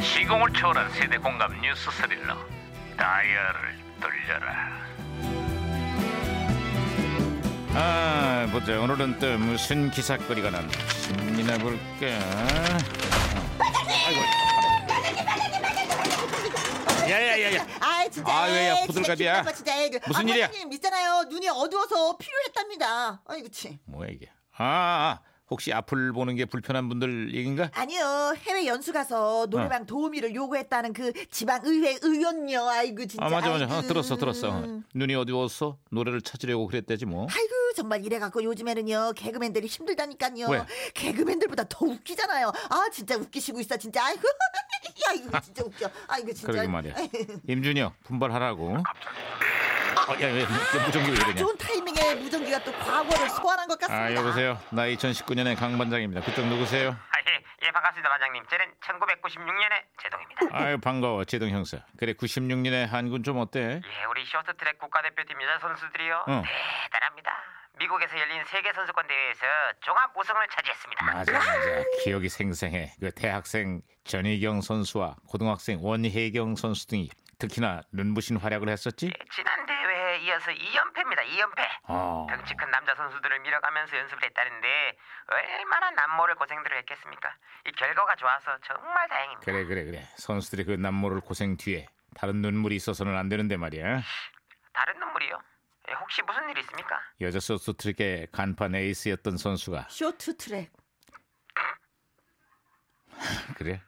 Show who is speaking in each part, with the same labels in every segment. Speaker 1: 시공을 초월한 세대 공감 뉴스 스릴러 다이얼을 돌려라 아 보자 오늘은 또 무슨 기사거리가 났나 신이나 볼까 아이고 야야야야
Speaker 2: 아 진짜
Speaker 1: 아, 왜야,
Speaker 2: 에이, 진짜
Speaker 1: 호들갑이야?
Speaker 2: 기분 나빠, 진짜 에이.
Speaker 1: 무슨
Speaker 2: 아,
Speaker 1: 일이야?
Speaker 2: 과장님 있잖아요 눈이 어두워서 필요했답니다 아이 그치
Speaker 1: 뭐야 이게 아, 아 혹시 앞을 보는 게 불편한 분들 얘긴가
Speaker 2: 아니요 해외 연수 가서
Speaker 1: 어.
Speaker 2: 노래방 도우미를 요구했다는 그 지방의회 의원요 아이고 진짜
Speaker 1: 아 맞아 맞아
Speaker 2: 아이고.
Speaker 1: 아, 들었어 들었어
Speaker 2: 음.
Speaker 1: 눈이 어두워서 노래를 찾으려고 그랬대지 뭐
Speaker 2: 아이고 정말 이래갖고 요즘에는요 개그맨들이 힘들다니까요
Speaker 1: 왜?
Speaker 2: 개그맨들보다 더 웃기잖아요 아 진짜 웃기시고 있어 진짜 아이고 야 이거 진짜 웃겨 아이고 진짜
Speaker 1: 그러게 말이야. 임준혁 분발하라고. 어, 야, 왜, 왜 무전기 왜 이러냐?
Speaker 2: 아, 좋은 타이밍에 무전기가 또 과거를 소환한 것 같습니다
Speaker 1: 아, 여보세요. 나 2019년의 강 반장입니다. 그쪽 누구세요?
Speaker 3: 아, 예, 예, 반갑습니다, 반장님. 저는 1996년에 제동입니다.
Speaker 1: 아유, 반가워. 제동 형사. 그래, 96년의 한군 좀 어때?
Speaker 3: 예, 우리 쇼트트랙 국가대표팀 여자 선수들이요.
Speaker 1: 응.
Speaker 3: 대단합니다. 미국에서 열린 세계 선수권 대회에서 종합 우승을 차지했습니다.
Speaker 1: 맞아, 맞아. 기억이 생생해. 그 대학생 전희경 선수와 고등학생 원혜경 선수 등이 특히나 눈부신 활약을 했었지?
Speaker 3: 예, 지난 대회에 이어서 2연패입니다. 2연패.
Speaker 1: 어.
Speaker 3: 덩치 큰 남자 선수들을 밀어가면서 연습을 했다는데 얼마나 남모를 고생들을 했겠습니까? 이 결과가 좋아서 정말 다행입니다.
Speaker 1: 그래, 그래, 그래. 선수들의 그 남모를 고생 뒤에 다른 눈물이 있어서는 안 되는데 말이야.
Speaker 3: 다른 눈물이요? 예, 혹시 무슨 일 있습니까?
Speaker 1: 여자 소스 트릭의 간판 에이스였던 선수가
Speaker 2: 쇼트 트랙
Speaker 1: 그래?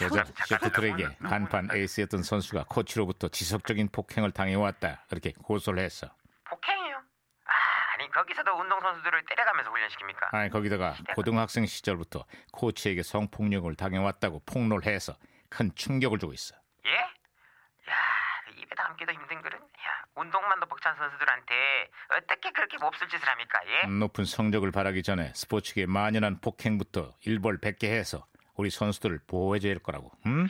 Speaker 1: 여자
Speaker 2: 쇼트-
Speaker 1: 쇼트트랙의 간판 에이스였던 선수가 코치로부터 지속적인 폭행을 당해왔다. 이렇게 고소를 했어.
Speaker 3: 폭행이요? 아, 아니 거기서도 운동 선수들을 때려가면서 훈련시킵니까?
Speaker 1: 아니 거기다가 고등학생 시절부터 코치에게 성폭력을 당해왔다고 폭로를 해서 큰 충격을 주고 있어.
Speaker 3: 예? 야, 그 입에 담기도 힘든 글은 야, 운동만도 벅찬 선수들한테 어떻게 그렇게 몹쓸 짓을 합니까? 예?
Speaker 1: 높은 성적을 바라기 전에 스포츠계 만연한 폭행부터 일벌백계 해서 우리 선수들을 보호해줘야 할 거라고. 응?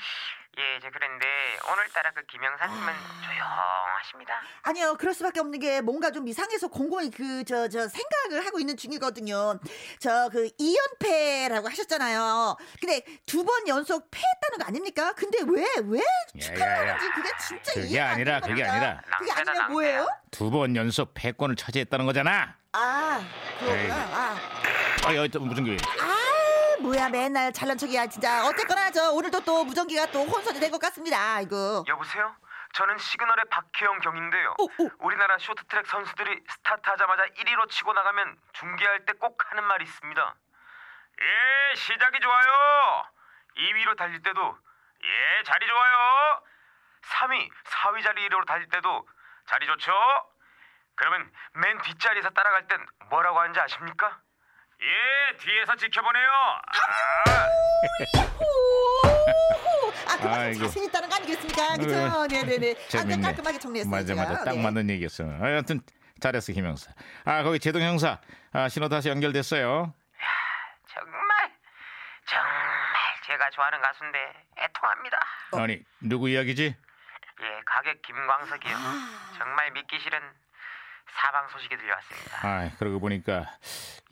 Speaker 3: 예, 저 그런데 오늘따라 그 김영사님은 조용하십니다.
Speaker 2: 아니요, 그럴 수밖에 없는 게 뭔가 좀 이상해서 곰곰이 그 저 저 생각을 하고 있는 중이거든요. 저 그 이연패라고 하셨잖아요. 근데 두 번 연속 패했다는 거 아닙니까? 근데 왜 왜
Speaker 1: 야야야.
Speaker 2: 축하하는지 그게 진짜
Speaker 1: 그게
Speaker 2: 이해가 안
Speaker 1: 아니라,
Speaker 2: 되는
Speaker 1: 그게
Speaker 2: 겁니다.
Speaker 1: 아니라.
Speaker 2: 그게
Speaker 3: 낭패다,
Speaker 2: 아니면 뭐예요?
Speaker 3: 낭패야.
Speaker 1: 두 번 연속 패권을 차지했다는 거잖아.
Speaker 2: 아,
Speaker 1: 에이.
Speaker 2: 그거구나. 아,
Speaker 1: 아, 여기 또 무슨 게?
Speaker 2: 아, 뭐야 맨날 잘난 척이야 진짜. 어쨌거나 저 오늘도 또 무전기가 또 혼선이 된 것 같습니다. 이거.
Speaker 3: 여보세요? 저는 시그널의 박혜영 경인데요. 우리나라 쇼트트랙 선수들이 스타트하자마자 1위로 치고 나가면 중계할 때 꼭 하는 말이 있습니다. 예, 시작이 좋아요. 2위로 달릴 때도 예, 자리 좋아요. 3위, 4위 자리로 달릴 때도 자리 좋죠. 그러면 맨 뒷자리에서 따라갈 땐 뭐라고 하는지 아십니까? 예, 뒤에서 지켜보네요. 아.
Speaker 2: 호호호. 아, 그만큼
Speaker 1: 아이고.
Speaker 2: 자신 있다는 거 아니겠습니까?
Speaker 1: 네.
Speaker 2: 그죠? 네네네. 아주
Speaker 1: 재밌네.
Speaker 2: 깔끔하게
Speaker 1: 맞아
Speaker 2: 정리했습니다.
Speaker 1: 맞아 딱
Speaker 2: 네.
Speaker 1: 맞는 얘기였어. 아, 하여튼 잘했어 김 형사. 아 거기 제동 형사. 아 신호 다시 연결됐어요.
Speaker 3: 정말 정말 제가 좋아하는 가수인데 애통합니다.
Speaker 2: 어.
Speaker 1: 아니 누구 이야기지?
Speaker 3: 예, 가객 김광석이요.
Speaker 2: 아.
Speaker 3: 정말 믿기 싫은 사망 소식이 들려왔습니다.
Speaker 1: 아 그러고 보니까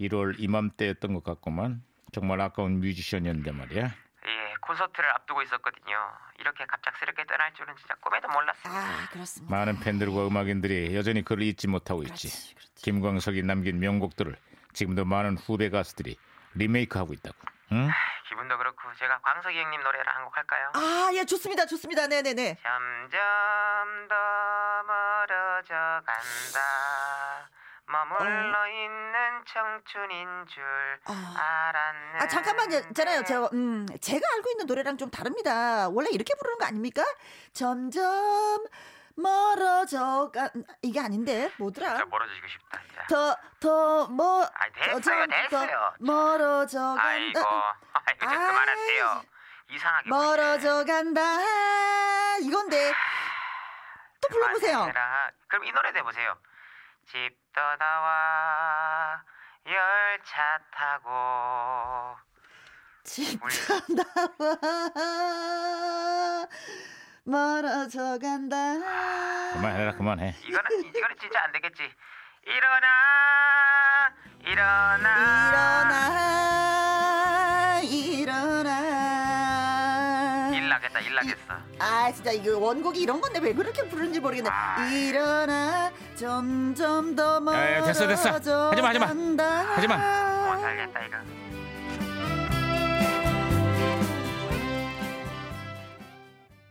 Speaker 1: 1월 이맘때였던 것 같구만. 정말 아까운 뮤지션이었는데 말이야.
Speaker 3: 예, 콘서트를 앞두고 있었거든요. 이렇게 갑작스럽게 떠날 줄은 진짜 꿈에도 몰랐어요.
Speaker 2: 아 그렇습니다.
Speaker 1: 많은 팬들과 음악인들이 여전히 그를 잊지 못하고 있지.
Speaker 2: 그렇지, 그렇지.
Speaker 1: 김광석이 남긴 명곡들을 지금도 많은 후배 가수들이 리메이크하고 있다고. 응?
Speaker 3: 기분도 그렇고 제가 광석이 형님 노래를 한 곡 할까요?
Speaker 2: 아예 좋습니다, 좋습니다. 네네네.
Speaker 3: 점점 더 멀어져 간다. 머물러
Speaker 2: 어.
Speaker 3: 있는 청춘인 줄
Speaker 2: 아.
Speaker 3: 알았네.
Speaker 2: 아 잠깐만요, 있잖아요. 저 음, 제가 알고 있는 노래랑 좀 다릅니다. 원래 이렇게 부르는 거 아닙니까? 점점 멀어져가 음, 이게 아닌데 뭐더라?
Speaker 3: 진짜 멀어지고 싶다. 진짜.
Speaker 2: 더 더뭐
Speaker 3: 아이, 됐어요, 됐어요. 아이고,
Speaker 2: 멀어져간다
Speaker 3: 아이고 이제 그만하세요. 이상하게
Speaker 2: 멀어져간다 이건데
Speaker 1: 아,
Speaker 2: 또
Speaker 1: 네,
Speaker 2: 불러보세요.
Speaker 3: 그만해라. 아, 그럼 이 노래 해보세요. 집 떠나와 열차 타고
Speaker 2: 진짜 나와 멀어져 간다.
Speaker 1: 그만해라 그만해.
Speaker 3: 이거는 이거는 진짜 안 되겠지. 일어나 일어나
Speaker 2: 일어나 일어나
Speaker 3: 일나 일나겠다 일나겠어.
Speaker 2: 아 진짜 이거 원곡이 이런 건데 왜 그렇게 부르는지 모르겠네 일어나 점점 더
Speaker 1: 아. 야,
Speaker 2: 멀어져
Speaker 1: 야, 됐어, 됐어. 하지마, 하지마.
Speaker 2: 간다. 아.
Speaker 1: 하지마.
Speaker 3: 못 살겠다 이거.